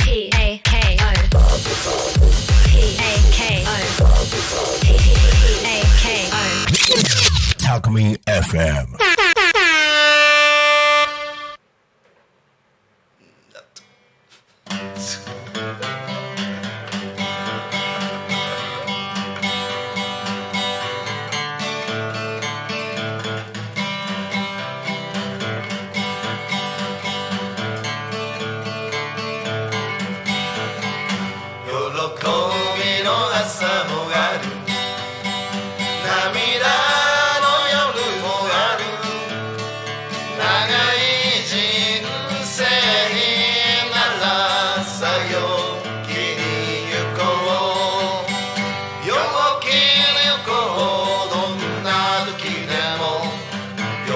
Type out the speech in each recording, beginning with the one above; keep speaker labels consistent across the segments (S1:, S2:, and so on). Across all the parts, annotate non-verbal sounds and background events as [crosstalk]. S1: P A K O. P A K O. P A K O.
S2: Talkme FM.
S3: 喜びの朝もある涙の夜もある長い人生ならさよきに行こう陽気に行こうどんな時でも陽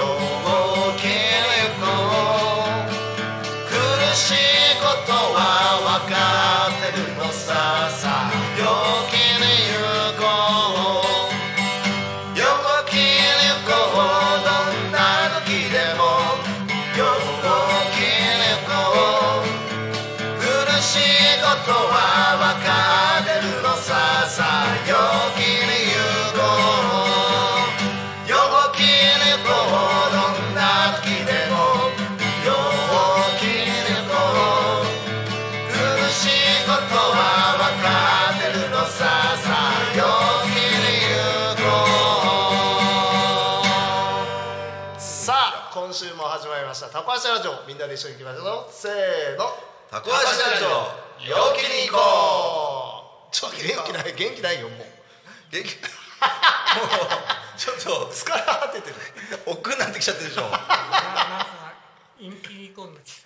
S3: 気に行こう苦しいことは分かってるのささ陽気に行こう陽気に行こうどんな時でも陽気に行こう苦しいことは分かってるのささ陽気に行こう陽気に行こうどんな時でも陽気に行こう苦しいことは分かってるのささ陽気に行こうさあ今週も始まりましたタコ足ラジオみんなで一緒に行きましょうせーのタコ足ラジオ陽気に行こうちょっと元気ない元気ないよもう
S4: 元気もう
S3: [laughs]
S4: ちょっ
S3: 疲れ果ててる
S4: と億劫になってきちゃってるでしょ
S5: 陰気に行こうになってき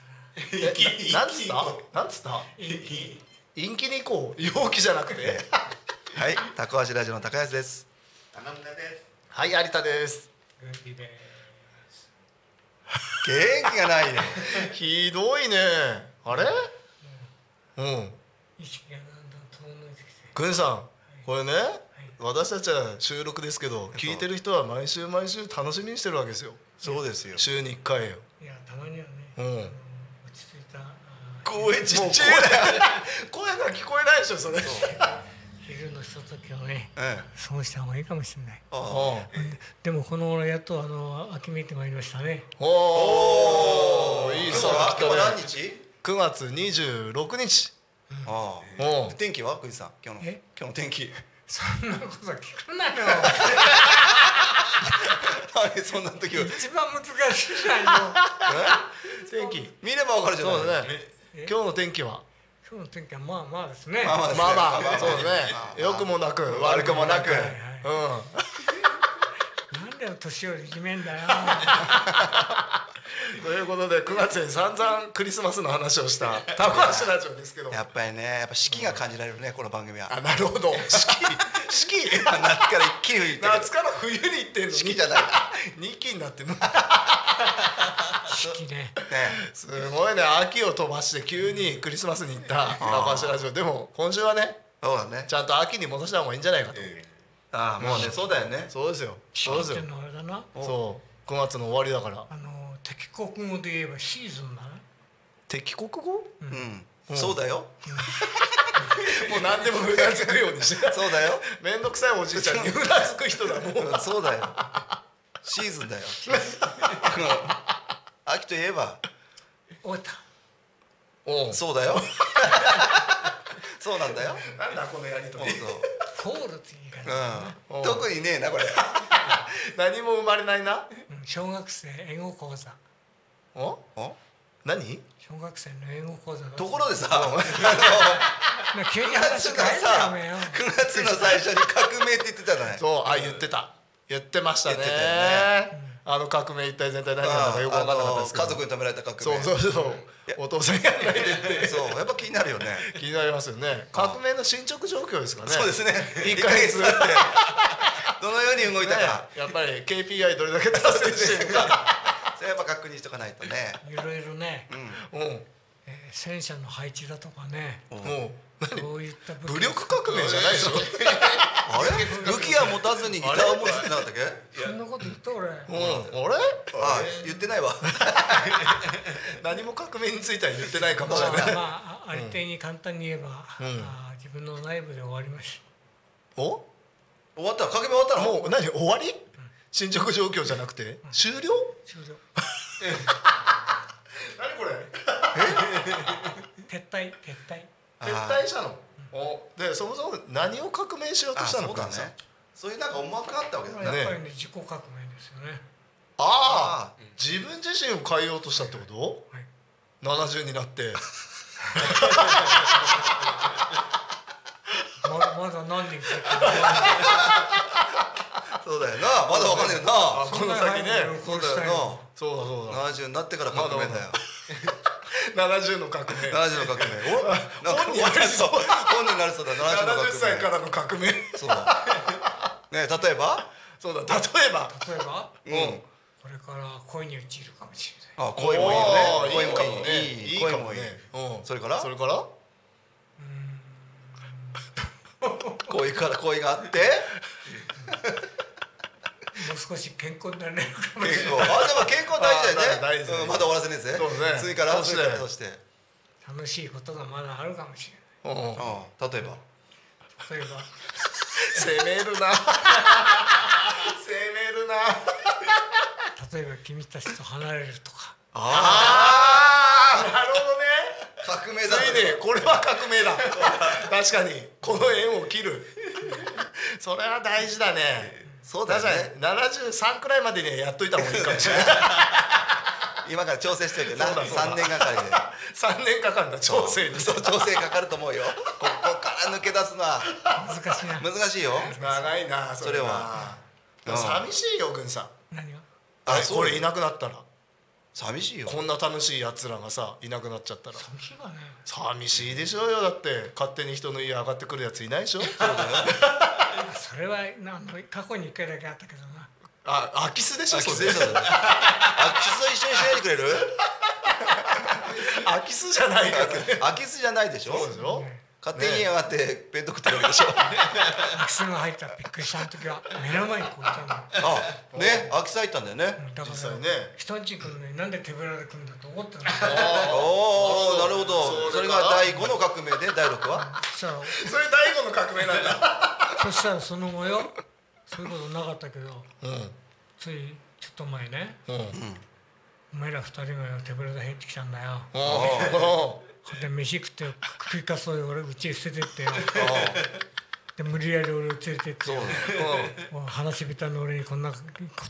S5: た
S3: えなな
S5: な
S3: んつったなんつった
S5: 陰気
S3: 陰気に行こう陽気じゃなくて
S4: はいタコ足ラジオの高安です
S3: はい有田です
S5: 軍備で
S4: 元気がないね
S3: ひどいねあれうん
S5: 意識がだんだん遠のいてきて
S3: くんさんこれね私たちは収録ですけど聞いてる人は毎週毎週楽しみにしてるわけですよ
S4: そうですよ
S3: 週に1回よ
S5: いやたまにはね、
S3: うん
S5: あの落ち着いたあー
S4: 声ちっちゃい
S3: 声が聞こえないでしょそれ
S5: 昼のひとときをね
S4: うんあ
S5: 過ごした方がいいかもしれない
S4: あ
S3: お
S5: でもこの頃やっとあの秋めいてまいりましたね
S3: おーいい
S4: 今日
S3: さ
S4: は
S3: 来た
S4: 今日は何
S3: ね
S4: 日
S3: 9月26日
S4: あ
S3: お
S4: あ天気は藤さん今日の今
S5: え
S4: 日の天気
S5: そんなこと聞くなよ
S4: 何そんな時は
S5: 一番難しいじゃん
S3: 天
S5: よ
S3: 気
S4: 見ればわかるじゃない
S3: そうだね
S5: え
S3: 今日の天気は
S5: 今日の天気はまあまあですね
S4: まあまあ
S3: まあ
S4: ですね
S3: まあそうだね
S4: まあまあ
S3: 良くもなく悪
S4: 悪
S3: く
S4: く
S3: も
S4: も
S3: な
S4: な
S3: く
S4: く
S3: う
S5: いはい
S3: ん
S5: なんだよ年寄り決めん
S4: [laughs]
S5: だよ
S3: ということで9月に散々クリスマスの話をした高橋ラジオですけど
S4: やっぱりねやっぱ四季が感じられるねこの番組は
S3: あなるほど四季四季
S4: 夏から一気に吹いてる
S3: [laughs] 夏から冬に行ってんの
S4: 四季じゃない
S3: [laughs] 二期になってんの
S5: 四季ね
S4: ね
S3: すごいね秋を飛ばして急にクリスマスに行った高橋ラジオでも今週はね
S4: そうだね
S3: ちゃんと秋に戻した方がいいんじゃないかと
S4: ああもうねそうだよね
S3: そうですよ
S5: 四
S3: そうで
S5: 季
S3: す
S5: って
S3: よ
S5: いうのはあれだな
S3: そう9月の終わりだから
S5: あの敵国語で言えばシーズンだな
S3: 敵国語も
S4: うんそうだよ
S3: う何でもうなずくようにして
S4: [laughs] そうだよ
S3: めんどくさいおじいちゃんにうなずく人だもん
S4: うん [laughs] そうだよ。シーズンだよ。うん秋といえば、
S5: 終わった
S3: おう
S4: そうだよ。そうなんだよ。
S3: なんだこのやりと
S4: 本
S3: り
S5: フォールって言い方
S4: 当。うん。特にねえなこれ。
S3: 何も生まれないな
S5: うん小学生英語講座
S3: お
S4: お
S3: 何
S5: 小学生の英語講座が
S4: ところでさ、あの9
S5: な急に話
S4: 月の
S5: 変え
S4: さ、
S5: んだよ
S4: 9月の最初に革命って言ってたじゃない。
S3: そうあ言ってた言ってましたね
S4: 言ってたよ
S3: あの革命一体全体何なんだかよく
S4: あ
S3: 分かんなかった
S4: の
S3: ですけど
S4: 家族に止められた革命。
S3: そうそうそうお父さんやらないで
S4: そうやっぱ気になるよね。
S3: 気になりますよね革命の進捗状況ですかね
S4: そうですね。
S3: 1
S4: 一
S3: ヶ
S4: ヶ
S3: 月
S4: 月
S3: ね
S4: 経ってどのように動いたか、
S3: やっぱり KPI どれだけ達成してるか
S4: それやっぱ確認しとかないとね。
S5: いろいろね
S4: うん。
S3: うん
S5: ええー戦車の配置だとかね
S3: もう何
S5: そういった武器
S3: 武力革命じゃないでしょ
S4: あれ武器は持たずにギターを持つってなかったっけ
S5: そんなこと言った俺
S3: うんあれ
S4: あ言ってないわ
S3: 何も革命については言ってないかも
S5: ま
S3: しれ
S5: あ
S3: ない
S5: まああありていに簡単に言えば、あー自分の内部で終わりまし
S3: お
S4: 終わったかけ目終わったの
S3: もう何終わり進捗状況じゃなくて終了
S5: た終了
S3: 何これ
S5: 撤退撤退
S3: 撤退したのおでそもそも何を革命しようとしたのか
S4: あそうだねそういうなんか思惑があったわけ
S5: こ
S4: だ
S5: れはやっ
S4: ね
S5: ぱりね自己革命ですよね
S3: ああ自分自身を変えようとしたってこと
S5: はい
S3: 70になって
S5: まだまだ何人か
S4: そうだよなまだわかんねえよな
S3: この先ね
S4: そうだよ
S3: そうだそう
S4: な70になってから革命だよ
S3: だ70の革命
S4: 70の革命おなんか
S3: 本になりそう
S4: 本になりそうだ70の革
S3: 70
S4: 命
S3: 歳からの革
S4: [laughs]
S3: 命
S4: そうだね例えば
S3: そうだ例えば
S5: 例えば
S4: うん
S5: これから恋に落ちるかもしれない
S4: あ恋もいいよね
S3: おー
S4: 恋もいい
S3: いい
S4: 恋
S3: か
S4: も
S3: も
S4: いい
S3: ねうん
S4: それから
S3: それから
S4: 恋から恋があ
S3: [laughs]
S4: って
S5: もう少し健康になれるかもしれない
S4: 結構あでも健康大事だよ
S3: あ大
S4: ね
S3: 事大事
S4: うんまだ終わらせねえぜ
S3: そうね
S4: 次から
S3: そうし
S4: 次
S3: て
S4: からそしてうん
S5: 楽しいことがまだあるかもし
S3: うん
S4: 例えば
S5: れない例えば
S3: 攻
S4: [laughs]
S3: めるな攻めるな
S5: 例えば君たちと離れるとか
S3: ああなるほどね
S4: 革
S3: [laughs]
S4: 命
S3: つ
S4: だ
S3: いにこれは革命だ確かにこの縁を切るそれは大事だね
S4: そうだよね
S3: 確かに73くらいまでにはやっといた方がいいかもしれない
S4: [laughs] 今から調整してるけどな
S3: そうだそうだ
S4: 3年
S3: [laughs]
S4: がかりで
S3: 3年かかるんだ調整に
S4: そう調整かかると思うよここから抜け出すのは
S5: 難しいな
S4: 難しいよ
S3: 長いなそれは
S4: それは
S3: 寂しいよ軍さん
S5: 何が
S4: あ
S3: え
S4: そう
S3: これいなくなったら
S4: 寂しいよ
S3: こんな楽しいやつらがさいなくなっちゃったら
S5: 楽しいわね
S3: 寂しいでしょうよだって勝手に人の家上がってくるやついないでしょ
S5: それはなあの過去に一回だけあったけどな
S3: あ空き巣でしょ
S4: あ、
S3: そ
S4: キ
S3: れ
S4: スでしょそれあ、キスと一緒にしないでくれる
S3: 空き巣じゃないからね
S4: あ、キスじゃないでしょ
S3: そうでしょ
S4: 勝手に上がって弁当食ってるわけでしょ
S5: 空き巣が入ったらびっくりした時は目の前にこういたの
S4: あ、ね、空き巣入ったんだよね
S5: だか
S3: 実際
S5: ら
S3: ね
S5: 人んち来るのになんで手ぶらで来るんだと思ったの
S4: おお、なるほどそ
S3: そ
S4: れ
S3: れ
S4: が
S3: が
S4: 第5の革命で第6は
S5: そしたら
S3: それ第五の革命なんだ
S5: そしたらその後よそういうことなかったけどついちょっと前ね
S3: うん
S5: お前ら二人がよ手ぶらで入ってきたんだよ
S3: お
S5: で飯食って食いかそうよ俺うちへ捨ててってよで無理やり俺を連れてってよもう話し下手の俺にこんなこ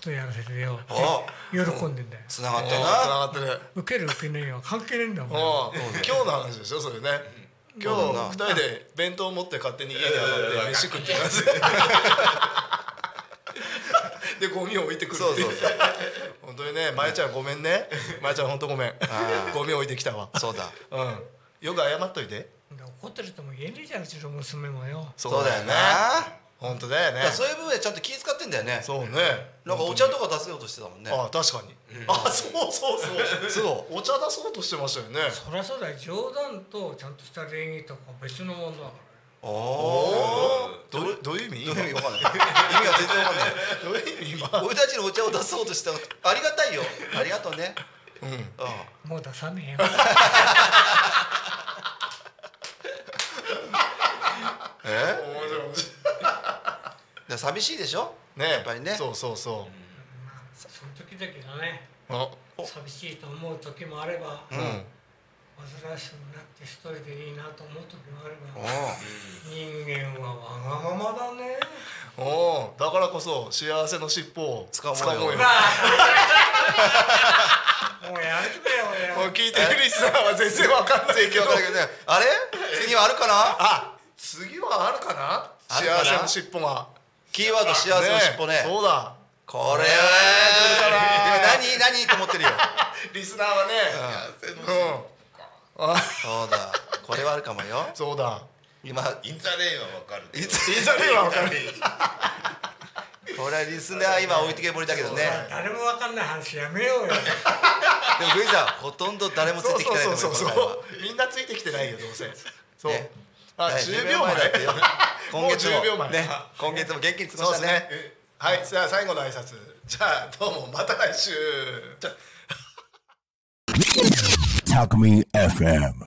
S5: とやらせてよ
S4: あ
S5: 喜んでんだよ
S4: 繋がっ
S3: お
S4: て
S3: 繋
S4: るな
S3: がってる
S5: 受ける受けないは関係ねえんだもん
S3: お今日の話でしょそれね今日二人で弁当持って勝手に家に上がって飯食って [laughs] ますでゴミを置いてくる
S4: そう
S3: って
S4: そ
S3: いう
S4: そう
S3: 本当にねまえちゃんごめんねまえちゃん本当ごめん
S4: あー
S3: ゴミ置いてきたわ
S4: そうだ
S3: うんよく謝っといて
S5: で怒ってるとも言えねえじゃんうちの娘もよ
S4: そうだよね
S3: 本当だよね
S4: だからそういう部分でちゃんと気遣ってんだよね
S3: そうね
S4: なんかお茶とか出せようとしてたもんね
S3: あ確かにあそうそうそうそうお茶出そうとしてましたよね
S5: そりゃそうだよ冗談とちゃんとした礼儀とか別のものだから
S4: おお
S3: どうどういう意味
S4: どういう意味わかんない意味が全然わかんない
S3: どういう意味今
S4: 俺たちのお茶を出そうとしたのありがたいよありがとうねうん
S5: もう出さねえよ
S3: 面白い
S4: え
S3: 面白
S4: で寂しいでしょ
S3: いね
S4: やっぱりね
S3: そうそうそ
S5: [laughs] その時々だね
S3: うあ
S5: 寂しいと思う時もあれば、
S3: うん
S5: 煩わしくなって一人でいいなと思う時もあれ
S4: お
S5: ば人間はわがま
S3: [laughs]
S5: まだね
S3: おーだからこそ幸せの尻尾を
S4: 掴もうよ
S3: もうよ
S5: もうやめてくれよ
S3: もう
S5: 俺
S3: 聞いてるリスナーは全然わかんないけ
S4: 今
S3: ど
S4: 日からけどねあれ次はあるかな
S3: あ次はあるかな
S4: あるかな
S3: 幸せの尻尾が
S4: キーワード幸せの尻尾ね
S3: そうだ
S4: こ
S3: こ
S4: れは
S3: れかな
S4: 何何と思
S3: [laughs]
S4: ってるよ
S3: リスナーはねうん
S4: そうだこれはあるかもよ
S3: そうだ
S4: 今
S6: インザレインはわかるけど
S4: いつ
S3: リスナーはわかる
S4: これはリスナー今置いてけぼりだけどね
S5: 誰もわかんない話やめようよ
S4: でもグイさんほとんど誰もつ
S3: そ
S4: いうてきてないと
S3: そう
S4: 思い
S3: そう
S4: ます
S3: そう
S4: 今回は
S3: みんなついてきてないよどうせそう、
S4: ね
S3: あ
S4: はい
S3: 10秒前
S4: だってよ今月
S3: もう10秒
S4: も
S3: 前
S4: ね今月も元気に過ご
S3: そう
S4: し
S3: です
S4: たね
S3: ねはいじゃあ最後の挨拶じゃあどうもまた来週
S2: Talk Me FM.